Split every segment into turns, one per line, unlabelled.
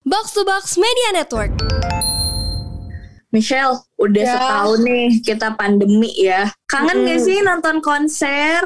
Box to Box Media Network.
Michelle, udah
Ya.
setahun nih kita pandemi ya. Kangen nggak
Mm-mm.
sih nonton konser?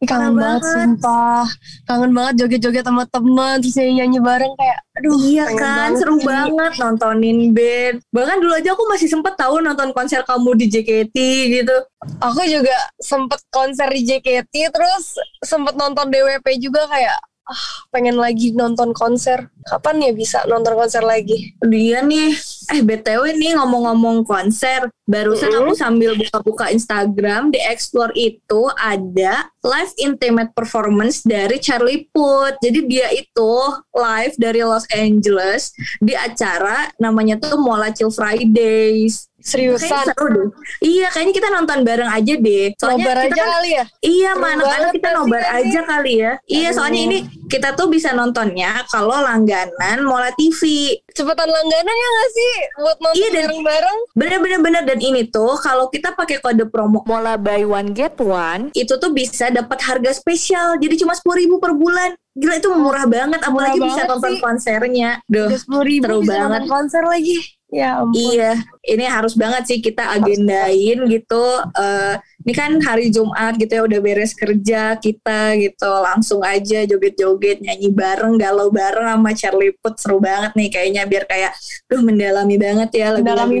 Ih, kangen
Parah
banget,
banget.
sumpah kangen banget joget-joget sama temen terus nyanyi bareng kayak aduh
iya
pengen
kan,
banget
seru
sih.
banget nontonin band. Bahkan dulu aja aku masih sempet tahu nonton konser kamu di JKT gitu.
aku juga sempet konser di JKT terus sempet nonton DWP juga kayak ah pengen lagi nonton konser kapan ya bisa nonton konser lagi
Dia nih, eh BTW nih ngomong-ngomong konser. Barusan
Mm-mm.
aku sambil buka-buka Instagram, di Explore itu ada live intimate performance dari Charlie Puth. Jadi dia itu live dari Los Angeles di acara namanya tuh Mola Chill Fridays. Kayaknya
seriusan
seru deh. Iya, kayaknya kita nonton bareng aja deh. Soalnya
nobar
kita
aja
kan-
kali ya Seru
iya, sama anak-anak
banget
kita
pasti
nobar
nanti.
aja kali ya. Iya,
Aduh.
soalnya ini kita tuh bisa nontonnya kalau langganan Mola TV.
cepetan langganan ya gak sih buat nonton
Iya, dan-
bareng-bareng
Bener-bener dan ini tuh kalau kita pakai kode promo
Mola buy one get one.
itu tuh bisa dapat harga spesial. Jadi cuma 10.000 ribu per bulan. Gila itu murah banget, apalagi bisa
banget
nonton
sih.
konsernya. Duh,
udah sepuluh ribu
seru
bisa
banget.
nonton konser lagi ya ampun
Iya, ini harus banget sih kita agendain gitu. Eh, ini kan hari Jumat gitu ya udah beres kerja kita gitu langsung aja joget-joget nyanyi bareng galau bareng sama Charlie Puth seru banget nih kayaknya biar kayak duh mendalami banget ya lagu-lagunya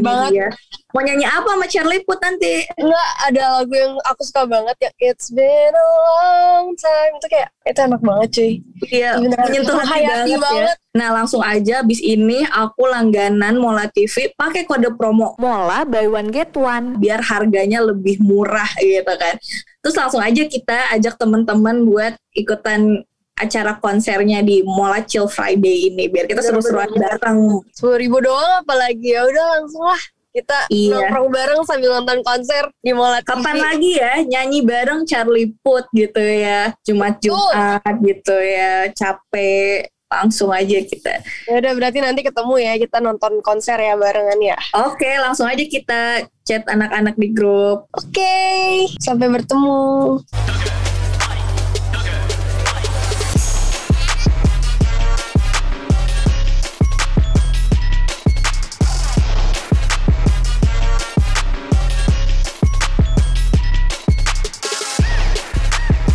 Mendalami banget.
dia. Mau nyanyi apa sama Charlie Puth nanti?
Enggak, ada lagu yang aku suka banget ya It's been a long time Itu kayak, itu enak banget cuy
Iya,
Bener,
menyentuh hati
menghayati
banget, ya.
banget.
Nah langsung aja abis ini aku langganan Mola TV pakai kode promo
Mola buy one get one.
biar harganya lebih murah gitu kan. Terus langsung aja kita ajak teman-teman buat ikutan acara konsernya di Mola Chill Friday ini biar kita seru-seruan bareng.
10 ribu doang apalagi ya udah langsung lah Kita
Iya.
nongkrong bareng sambil nonton konser di Mola TV
Kapan lagi ya nyanyi bareng Charlie Puth gitu ya. Jumat-Jumat gitu ya. Capek langsung aja kita.
Ya udah berarti nanti ketemu ya Kita nonton konser ya barengan ya
Oke, langsung aja kita chat anak-anak di grup.
Oke, sampai bertemu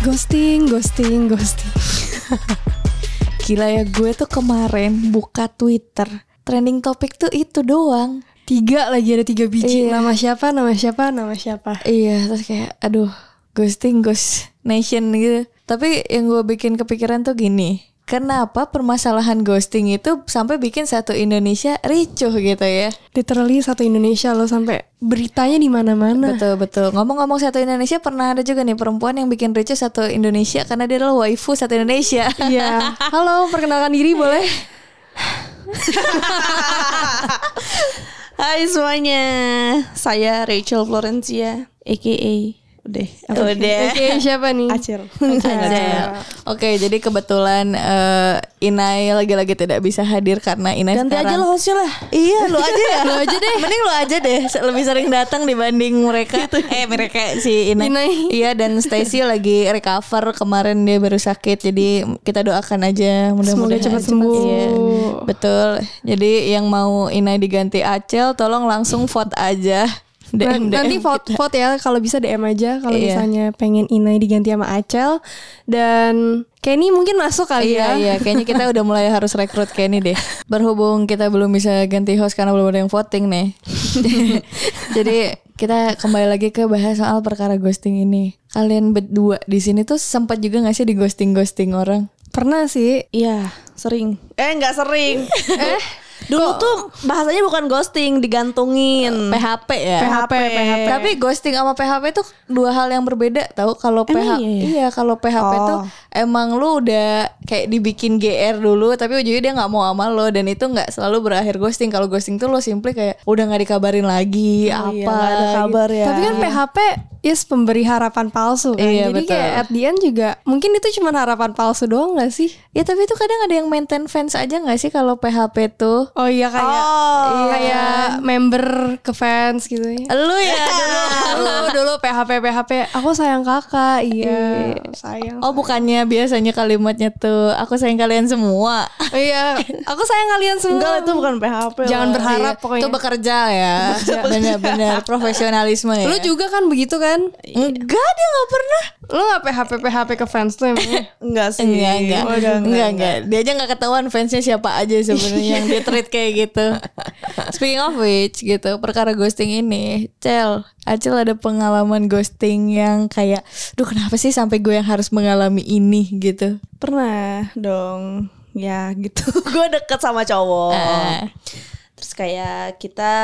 Ghosting, ghosting, ghosting. Gila ya gue tuh kemarin buka Twitter. Trending topik tuh itu doang.
Tiga lagi ada tiga biji.
Iya.
Nama siapa? Nama siapa? Nama siapa?
Iya, terus kayak aduh, ghosting ghost nation gitu. Tapi yang gue bikin kepikiran tuh gini. Kenapa permasalahan ghosting itu sampai bikin satu Indonesia ricuh gitu ya?
Literally satu Indonesia loh sampai beritanya di
Nah.
mana-mana.
Betul betul. Ngomong-ngomong satu Indonesia pernah ada juga nih perempuan yang bikin ricuh satu Indonesia karena dia adalah waifu satu Indonesia.
Iya. Halo, perkenalkan diri boleh?
Hai semuanya, saya Rachel Florencia, aka udah, apa? udah,
Oke, siapa nih?
Acil.
Ada. Iya. Oke, jadi kebetulan eh, Inai lagi-lagi tidak bisa hadir karena Inai
Ganti aja
sekarang.
lo hostnya lah.
Iya, lu aja ya. lu aja deh. Mending lu aja deh. se- Lebih sering datang dibanding mereka. eh, mereka si Inai.
Inai.
Iya, dan Stacy lagi recover kemarin dia baru sakit. Jadi kita doakan aja
Semoga
mudah-mudahan
cepat sembuh.
Iya. Betul. Jadi yang mau Inai diganti Acel tolong langsung vote aja.
Nah,
DM.
nanti vote vote ya kalau bisa DM aja kalau
Iya.
misalnya pengen Inai diganti sama Acel dan Kenny mungkin masuk kali
Iya
ya.
iya kayaknya kita udah mulai harus rekrut Kenny deh. Berhubung kita belum bisa ganti host karena belum ada yang voting nih. Jadi kita kembali lagi ke bahas soal perkara ghosting ini. Kalian berdua di sini tuh sempat juga gak sih di ghosting ghosting orang?
Pernah sih.
Iya, sering. Eh nggak sering. eh, dulu tuh bahasanya bukan ghosting, digantungin.
PHP ya.
PHP, PHP.
Tapi ghosting sama PHP itu dua hal yang berbeda tahu kalau PHP
Emang iya
iya,
ya?
kalau PHP
Oh.
tuh emang lu udah kayak dibikin GR dulu tapi ujungnya dia nggak mau sama lo dan itu nggak selalu berakhir ghosting kalau ghosting tuh lo simply kayak udah nggak dikabarin lagi
Oh
apa gitu.
iya, nggak
gitu.
ada kabar ya.
Tapi kan PHP is pemberi harapan palsu kan.
Iya,
Jadi
betul.
kayak at the end juga mungkin itu cuma harapan palsu doang gak sih?
ya tapi itu kadang ada yang maintain fans aja nggak sih kalau PHP tuh
Oh iya kan? kayak
Oh,
kayak member ke fans gitu ya.
lu ya
dulu dulu PHP PHP aku sayang kakak iya sayang
Ah, oh bukannya biasanya kalimatnya tuh aku sayang kalian semua.
iya
aku sayang kalian semua.
enggak itu bukan PHP
Jangan
lah.
berharap
Iya.
pokoknya
Itu iya. bekerja ya. Benar-benar profesionalisme ya. Iya.
lu juga kan begitu kan
enggak dia nggak pernah.
Lu gak PHP PHP ke fans tuh emangnya?
enggak sih
Enggak, enggak.
Oh,
enggak, enggak, Dia aja enggak ketahuan fansnya siapa aja sebenarnya yang dia treat kayak gitu. Speaking of which gitu, perkara ghosting ini, Cel, Acil ada pengalaman ghosting yang kayak, duh kenapa sih sampai gue yang harus mengalami ini gitu.
Pernah dong. Ya gitu. gue deket sama cowok.
Eh.
Ah.
Terus kayak kita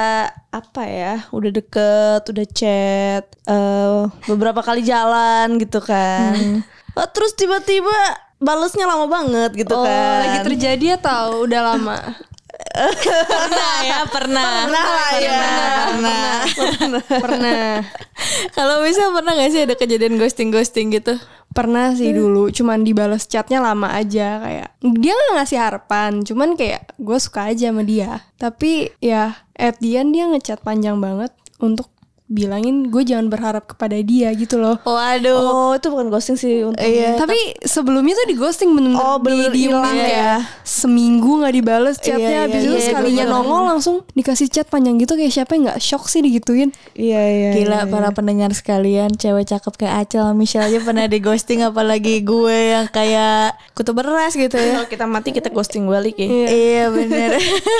apa ya? Udah deket, udah chat, eh beberapa kali jalan gitu
Hmm.
kan. Oh, terus tiba-tiba balesnya lama banget gitu
Oh,
kan.
lagi terjadi atau udah lama?
Pernah ya, pernah.
Pernah lah ya.
Pernah.
Pernah.
Kalau bisa pernah gak sih ada kejadian ghosting-ghosting gitu?
Pernah
Hmm.
sih dulu, cuman dibales chatnya lama aja kayak. Dia nggak ngasih harapan, cuman kayak gue suka aja sama dia. Tapi ya at the end dia ngechat panjang banget untuk bilangin gue jangan berharap kepada dia gitu loh.
Waduh.
Oh, itu bukan ghosting sih untuk
Iya. Tapi sebelumnya tuh di ghosting bener
Eh, Oh,
di
bener-bener
dihilang
hilang
kayak
ya.
seminggu nggak dibales
Iya,
chatnya, habis
iya,
itu
iya,
sekalinya
bener-bener.
nongol langsung dikasih chat panjang gitu kayak siapa yang nggak shock sih digituin?
Iya, iya.
Gila para pendengar sekalian, cewek cakep kayak Acel, Michelle aja pernah di ghosting apalagi gue yang kayak kutu beras gitu
Iya.
ya.
Kalau kita mati kita ghosting balik ya.
Iya bener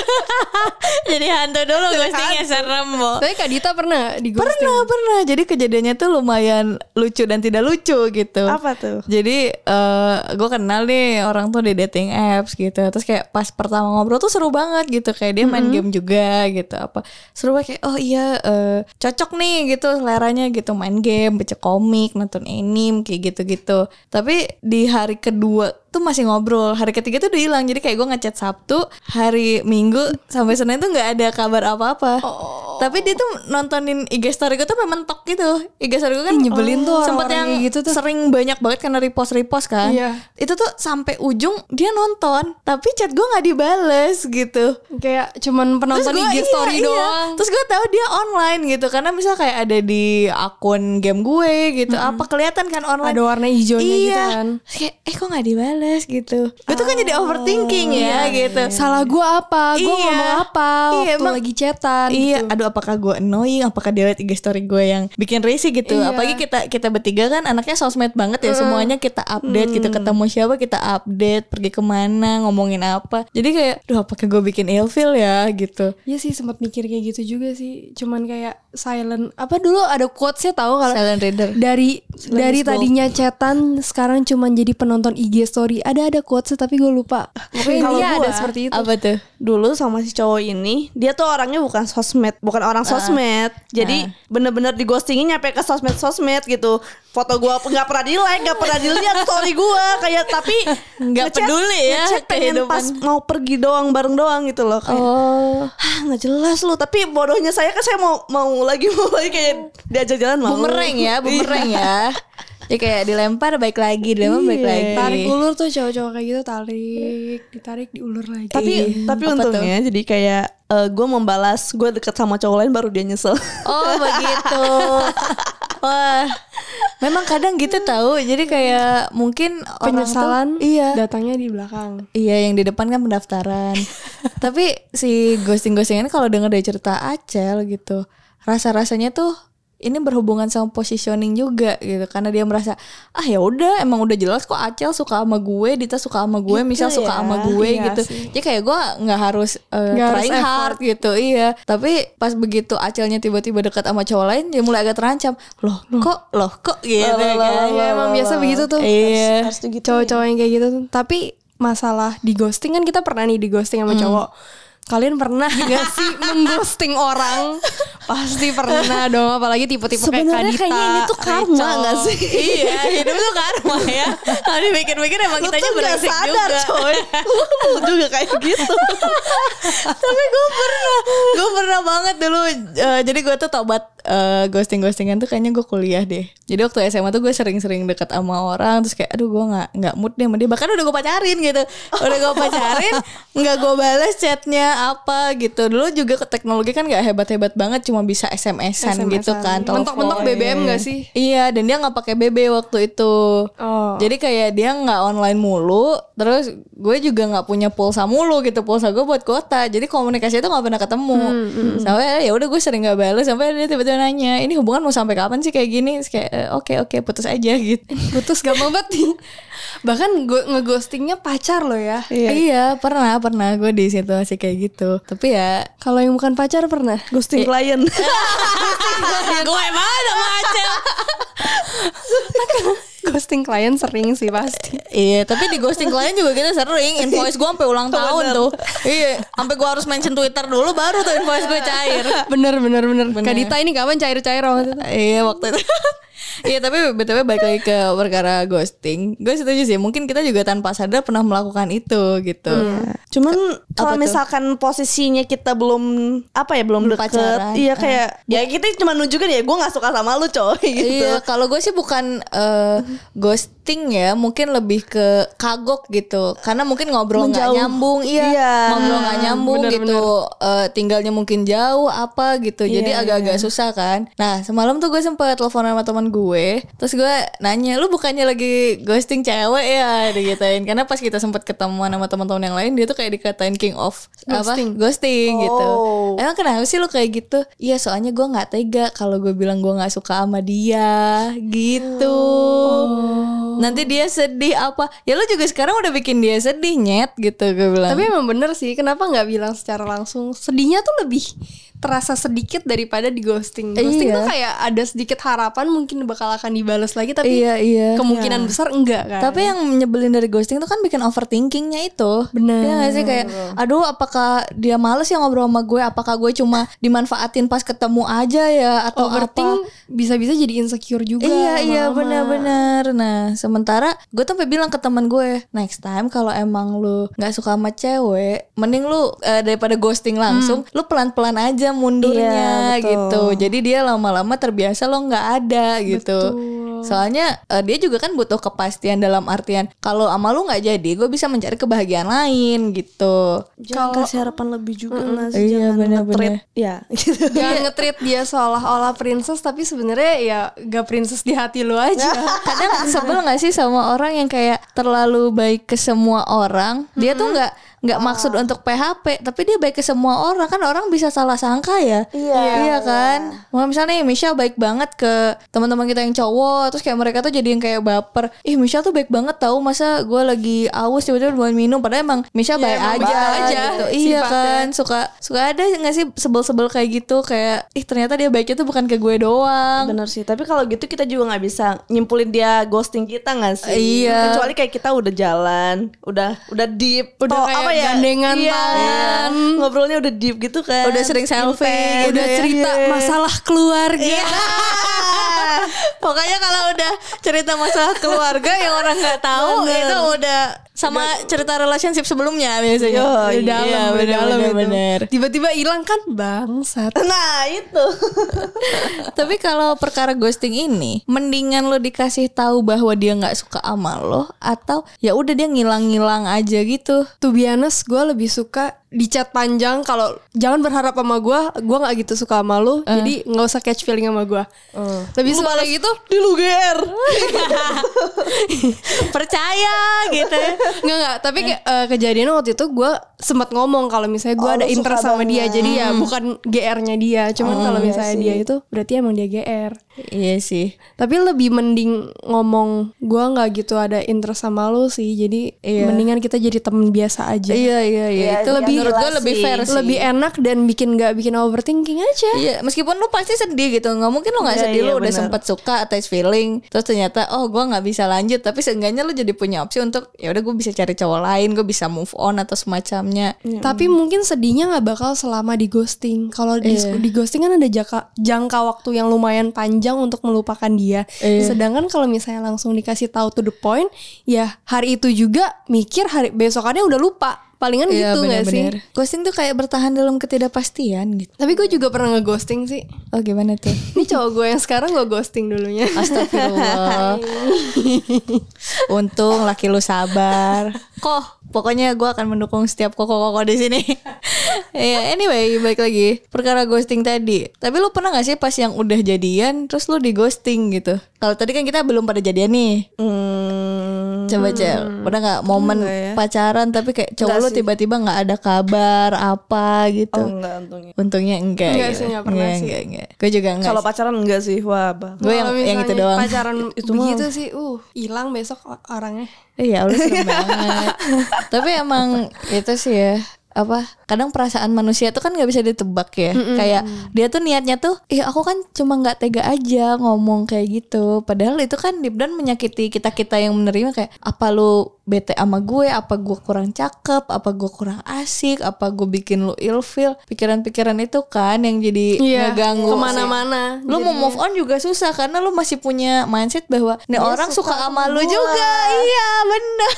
Jadi hantu dulu ghostingnya serem Bo.
Oh.
Tapi Kak Dita pernah di ghosting?
Pernah pernah Jadi kejadiannya tuh lumayan lucu dan tidak lucu gitu
Apa tuh?
Jadi eh gue kenal nih orang tuh di dating apps gitu Terus kayak pas pertama ngobrol tuh seru banget gitu Kayak dia main game juga gitu apa Seru banget kayak oh iya eh, cocok nih gitu seleranya gitu Main game, baca komik, nonton anime kayak gitu-gitu Tapi di hari kedua tuh masih ngobrol Hari ketiga tuh udah hilang Jadi kayak gue ngechat Sabtu Hari Minggu sampai Senin tuh nggak ada kabar apa-apa
Oh.
Tapi dia tuh nontonin IG story gue tuh memang mentok gitu IG story gue kan
nyebelin tuh
sempet
orang-orang
yang
kayak gitu tuh.
sering banyak banget karena repost repost kan
Iya.
itu tuh sampai ujung dia nonton tapi chat gue nggak dibales gitu
Kayak cuman penonton
gua-
IG story
iya, iya.
doang.
terus gue tahu dia online gitu karena misal kayak ada di akun game gue gitu apa kelihatan kan online
Ada warna hijaunya
iya.
gitu kan. Oh,
Terus kayak eh kok nggak dibales gitu gue tuh kan jadi overthinking ya gitu
iya, Salah gue apa? Gue
Iya.
ngomong apa?
Iya,
Waktu
emang-
lagi chatan
Iya,
gitu.
aduh apakah gue annoying, apakah dia liat IG story gue yang bikin risih gitu.
Iya.
Apalagi kita kita bertiga kan anaknya sosmed banget ya, semuanya kita update, kita
Hmm.
ketemu siapa kita update, pergi kemana, ngomongin apa. Jadi kayak, duh apakah gue bikin ilfil ya gitu.
Iya sih sempat mikir kayak gitu juga sih. Cuman kayak silent apa dulu ada quotesnya tahu kalau
Silent reader.
dari dari
is gold.
tadinya chatan sekarang cuman jadi penonton IG story. Ada ada quotesnya tapi gue lupa. Pokoknya
Kalau
dia ada
gua-
seperti itu.
Apa tuh?
dulu sama si cowok ini dia tuh orangnya bukan sosmed bukan
Ah.
orang sosmed jadi bener-bener di ghostingin nyampe ke sosmed sosmed gitu foto gua p- nggak pernah di like nggak pernah dilihat story gua kayak tapi
Nggak
ngechat-
peduli ya
ngechat pengen
kehidupan.
pas mau pergi doang bareng doang gitu loh kayak
Oh,
"Hah, nggak jelas lu tapi bodohnya saya kan saya mau mau lagi mau lagi kayak diajak jalan mau
bumerang ya, bumerang ya. Jadi kayak dilempar baik lagi, dilempar baik lagi.
Tarik ulur tuh cowok-cowok kayak gitu tarik, ditarik, diulur lagi.
tapi tapi untungnya jadi kayak eh, gua membalas gua deket sama cowok lain baru dia nyesel
Oh begitu. Wah, memang kadang gitu tahu. Jadi kayak mungkin orang tuh-
penyesalan
iya.
datangnya di belakang.
Iya yang di depan kan pendaftaran. Tapi si ghosting-ghosting ini kalau denger dari cerita Acel gitu, rasa-rasanya tuh ini berhubungan sama positioning juga gitu karena dia merasa ah ya udah emang udah jelas kok Acel suka sama gue, Dita suka sama gue, misal suka
ya.
sama gue
Iya
gitu.
sih.
Jadi kayak gue nggak harus eh,
Nggak harus
trying
effort.
hard gitu, iya. Tapi pas begitu Acelnya tiba-tiba dekat sama cowok lain, dia mulai agak terancam. Loh, kok loh kok gitu
Loh, loh,
kan.
loh,
Iya, emang biasa begitu tuh.
Iya.
harus tuh gitu
cowok-cowok yang kayak gitu tuh. tapi masalah di ghosting kan kita pernah nih di ghosting sama
Hmm.
cowok kalian pernah gak sih mengghosting orang pasti pernah dong apalagi tipe-tipe kayak
Sebenarnya
Kadita
kayaknya ini tuh karma
Rachel.
nggak sih?
iya hidup tuh karma ya kalau dipikir-pikir emang
Lu
kita
tuh nggak
brengsek
sadar
juga
coy Lu, lu juga kayak gitu
tapi gue pernah gue pernah banget dulu eh, jadi gue tuh tobat eh, ghosting-ghostingan tuh kayaknya gue kuliah deh. Jadi waktu SMA tuh gue sering-sering deket sama orang terus kayak aduh gue nggak nggak mood deh sama dia. Bahkan udah gue pacarin gitu, udah gue pacarin nggak gue balas chatnya apa gitu. Dulu juga ke teknologi kan nggak hebat-hebat banget, cuma bisa SMS-an gitu kan. telepon.
Mentok-mentok BBM gak sih?
Iya, dan dia nggak pakai BB waktu itu.
Oh.
Jadi kayak dia nggak online mulu, terus gue juga nggak punya pulsa mulu gitu, pulsa gue buat kota. Jadi komunikasi itu nggak pernah ketemu. Sampai ya udah gue sering nggak balas, sampai dia tiba-tiba nanya, ini hubungan mau sampai kapan sih kayak gini? Terus kayak "Eh, oke oke putus aja gitu.
Putus gampang banget nih. Bahkan go- ngeghostingnya pacar loh ya.
Iya, pernah pernah gue di situasi kayak gitu. Tapi ya
Kalau yang bukan pacar pernah? Iya.
ghosting klien
gue banget sama Acel.
Ghosting klien sering sih pasti.
Iya, tapi di ghosting klien juga kita sering invoice gue sampai ulang tahun tuh. Iya, sampai gue harus mention Twitter dulu baru tuh invoice gue cair.
Bener bener bener.
Bener.
Kak Dita ini kapan cair-cair waktu itu?
Iya waktu itu. Iya tapi btw balik lagi ke perkara ghosting. Gue setuju sih. Mungkin kita juga tanpa sadar pernah melakukan itu gitu.
Cuman kalau
tuh?
misalkan posisinya kita belum apa ya belum
Belum
deket,
pacaran.
iya kayak ya kita cuma nunjukin ya gue nggak suka sama lu coy gitu.
Iya, kalau gue sih bukan eh, ghosting ya, mungkin lebih ke kagok gitu. Karena mungkin ngobrol nggak
Menjauh.
nyambung, iya,
Iya.
ngobrol nggak nyambung gitu. Eh, tinggalnya mungkin jauh apa gitu. Jadi agak-agak susah kan. Nah semalam tuh gue sempet telepon sama teman gue, terus gue nanya, lu bukannya lagi ghosting cewek ya? Digitain. Karena pas kita sempet ketemuan sama teman-teman yang lain, dia tuh kayak dikatain king of apa? Ghosting gitu. Emang kenapa sih lu kayak gitu? Iya soalnya gue nggak tega kalau gue bilang gue nggak suka sama dia gitu. Nanti dia sedih apa? Ya lu juga sekarang udah bikin dia sedih nyet gitu gue bilang.
Tapi emang bener sih, kenapa nggak bilang secara langsung? Sedihnya tuh lebih terasa sedikit daripada di ghosting. Ghosting
Iya.
tuh kayak ada sedikit harapan mungkin bakal akan dibalas lagi, tapi
iya iya.
kemungkinan besar enggak kan?
Tapi yang nyebelin dari ghosting itu kan bikin overthinkingnya itu.
Bener.
Iya gak sih kayak, aduh apakah dia males ya ngobrol sama gue? Apakah gue cuma dimanfaatin pas ketemu aja ya atau apa?
overthink bisa-bisa jadi insecure juga.
Iya iya
lama-lama.
benar-benar. Nah sementara gue tuh sampai bilang ke teman gue, next time kalau emang lu nggak suka sama cewek, mending lu eh, daripada ghosting langsung, lu pelan-pelan aja mundurnya
Hmm. Iya, betul.
gitu. Jadi dia lama-lama terbiasa lo nggak ada gitu. Soalnya eh, dia juga kan butuh kepastian dalam artian kalau ama lu nggak jadi, gue bisa mencari kebahagiaan lain gitu.
Jangan kasih harapan lebih juga lah
Iya,
jangan
bener-bener.
nge-treat. ya gitu.
Jangan nge-treat dia seolah-olah princess tapi sebenarnya ya gak princess di hati lu aja.
kadang sebel nggak sih sama orang yang kayak terlalu baik ke semua orang dia tuh nggak nggak maksud untuk PHP tapi dia baik ke semua orang kan orang bisa salah sangka ya
Iya.
iya kan Wah, misalnya nih, Michelle baik banget ke teman-teman kita yang cowok terus kayak mereka tuh jadi yang kayak baper ih Michelle tuh baik banget tahu masa gue lagi aus tiba-tiba buat minum padahal Iya, emang Michelle baik aja, gitu iya kan suka suka ada nggak sih sebel-sebel kayak gitu kayak ih ternyata dia baiknya tuh bukan ke gue doang
Bener sih, tapi kalau gitu kita juga nggak bisa nyimpulin dia ghosting kita nggak sih?
Iya.
Kecuali kayak kita udah jalan, udah udah deep,
Gitu,
Udah
Oh,
tau-
kayak
ya?
gandengan
iya.
tangan.
ngobrolnya udah deep gitu kan?
udah sering selfie
Intense.
gitu
Udah
ya.
cerita masalah keluarga.
Iya. Pokoknya kalau udah cerita masalah keluarga yang orang nggak tahu itu udah sama cerita relationship sebelumnya biasanya.
Yoi,
Udah dalam, udah
iya, bener,
dalam
bener,
itu.
bener.
Tiba-tiba hilang kan bangsat.
Nah itu.
Tapi kalau perkara ghosting ini, mendingan lo dikasih tahu bahwa dia nggak suka sama lo atau ya udah dia ngilang-ngilang aja gitu.
To be honest, gue lebih suka di chat panjang kalau jangan berharap sama gue, gue nggak gitu suka sama lu,
Eh.
jadi nggak usah catch feeling sama gue. Lebih suka kayak gitu,
Di lu GR.
Percaya gitu. ya.
Nggak nggak, tapi kayak, eh, kejadian waktu itu gue sempat ngomong kalau misalnya gue
Oh,
ada
lu suka Hmm. Iya
interest sama dia, jadi ya bukan GR-nya dia, cuman kalau misalnya dia itu berarti emang dia GR.
Iya sih.
Tapi lebih mending ngomong gue nggak gitu ada interest sama lu sih, jadi mendingan kita jadi temen biasa aja.
Iya iya iya.
Iya,
itu
iya,
lebih menurut gue
jelas
lebih
sih.
fair sih.
Lebih enak dan bikin nggak bikin overthinking aja.
Iya, meskipun lu pasti sedih gitu. Nggak mungkin lu nggak
Iya,
sedih
iya,
lu udah
benar.
sempat suka attach feeling, terus ternyata oh gua nggak bisa lanjut, tapi seenggaknya lu jadi punya opsi untuk ya udah gue bisa cari cowok lain, gue bisa move on atau semacamnya.
Tapi mungkin sedihnya nggak bakal selama di ghosting. Kalau di,
Iya.
di ghosting kan ada jangka, jangka waktu yang lumayan panjang untuk melupakan dia.
Iya.
Sedangkan kalau misalnya langsung dikasih tahu to the point, ya hari itu juga mikir hari besokannya udah lupa. Palingan
Iya,
gitu nggak sih?
benar-benar. Ghosting tuh kayak bertahan dalam ketidakpastian gitu.
Tapi gue juga pernah ngeghosting sih.
Oh gimana tuh?
Ini cowok gue yang sekarang gue ghosting dulunya.
Astagfirullah. Untung laki lu sabar. Kok pokoknya gue akan mendukung setiap koko-koko di sini. Iya, anyway, balik lagi perkara ghosting tadi. Tapi lu pernah gak sih pas yang udah jadian terus lu di ghosting gitu? Kalau tadi kan kita belum pada jadian nih.
Hmm.
Coba cel, pernah gak momen
ya.
pacaran tapi kayak cowok lu tiba-tiba nggak ada kabar apa gitu?
Oh, enggak untungnya.
Untungnya enggak.
Enggak sih, nggak pernah sih.
Gue juga enggak.
Kalau
sih.
pacaran enggak sih, wah bang.
Gue yang yang
Kalau
itu
misalnya
doang.
Pacaran
Itu mah.
begitu sih, uh, hilang besok o- orangnya.
Iya, lu serem banget. Tapi emang itu sih ya apa kadang perasaan manusia tuh kan nggak bisa ditebak ya kayak dia tuh niatnya tuh ih aku kan cuma nggak tega aja ngomong kayak gitu padahal itu kan deep down menyakiti kita kita yang menerima kayak apa lu bete sama gue apa gue kurang cakep apa gue kurang asik apa gue bikin lu ilfeel pikiran-pikiran itu kan yang jadi
Iya,
ngeganggu
Nah, Kemana-mana.
lu mau move on juga susah karena lu masih punya mindset bahwa nih orang suka sama lu juga iya bener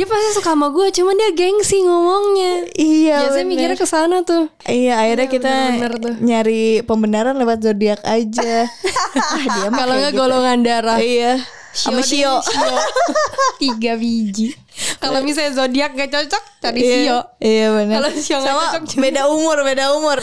Dia pasti suka sama gue, cuman dia gengsi ngomongnya.
iya
Biasanya
bener.
mikirnya ke sana tuh.
iya akhirnya kita nyari pembenaran lewat zodiak aja Ah, dia mah
Kalau
kayak
nggak
gitu.
golongan darah
iya sama
Shio
Shio
deh, tiga biji. Kalau misalnya zodiak gak cocok, cari
Iya.
Sio.
iya benar
Kalau Shio nggak
sama
cocok, cari-
beda umur beda umur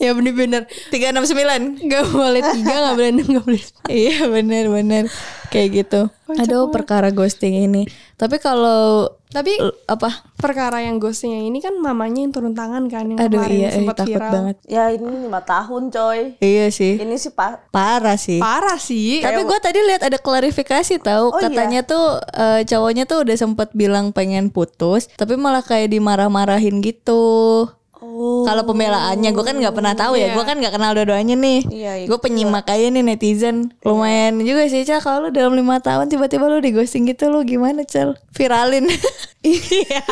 Ya bener-bener.
369
Gak boleh tiga, gak boleh enam, gak boleh.
iya bener bener kayak gitu aduh perkara ghosting ini tapi kalau
Tapi
l- apa
perkara yang ghosting yang ini kan mamanya yang turun tangan kan yang
aduh
kemarin
iya eh,
sempat
takut
viral.
banget
Ya ini lima tahun coy.
iya sih
Ini sih pak.
parah sih
Parah sih.
Tapi gue tadi lihat ada klarifikasi tahu
iya.
katanya tuh eh, cowoknya tuh udah sempet bilang pengen putus, tapi malah kayak dimarah-marahin gitu.
Oh.
Kalau pembelaannya gue kan nggak pernah tahu ya, gue kan nggak kenal dua-duanya nih.
Iya, iya,
gue penyimak aja nih netizen, lumayan juga sih cel. Kalau lu dalam lima tahun tiba-tiba lu digosting gitu, lu gimana cel? Viralin.
Iya.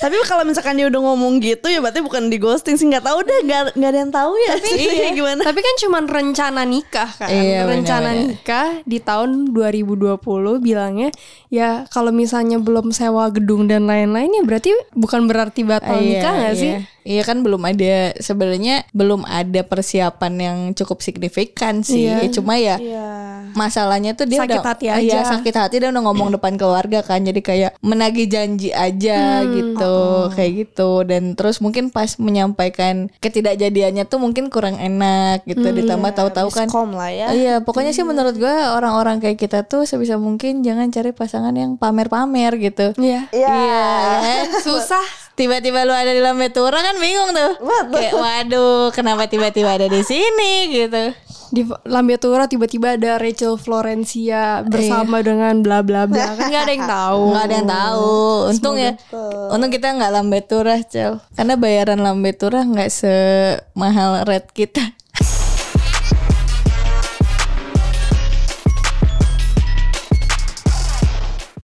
Tapi kalau misalkan dia udah ngomong gitu ya berarti bukan di ghosting sih nggak tahu deh nggak nggak ada yang tahu ya. Iya gimana?
Tapi kan cuman rencana nikah kan.
Iya,
rencana
benar-benar.
nikah di tahun 2020 bilangnya ya kalau misalnya belum sewa gedung dan lain-lain ya berarti bukan berarti batal
Iya,
nikah gak
iya.
sih?
Iya kan belum ada sebenarnya belum ada persiapan yang cukup signifikan sih.
Iya.
Cuma ya masalahnya tuh dia
Sakit
udah
hati
Ah, iya,
aja.
sakit hati dia udah ngomong depan keluarga kan jadi kayak menagih janji aja
Hmm.
gitu
Oh.
kayak gitu dan terus mungkin pas menyampaikan ketidakjadiannya tuh mungkin kurang enak gitu
Hmm,
ditambah
iya,
tahu-tahu kan
Kom lah ya.
Iya, pokoknya sih menurut gue orang-orang kayak kita tuh sebisa mungkin jangan cari pasangan yang pamer-pamer gitu.
Iya.
Iya.
kan?
Susah.
tiba-tiba lu ada di lambe turun kan bingung tuh kayak waduh kenapa tiba-tiba ada di sini gitu
Di Lambe Tura tiba-tiba ada Rachel Florencia
Iya.
bersama dengan bla bla bla kan nggak ada yang tahu.
nggak ada yang tahu untung ya untung kita nggak lambe turah cel karena bayaran lambe turah nggak semahal red kita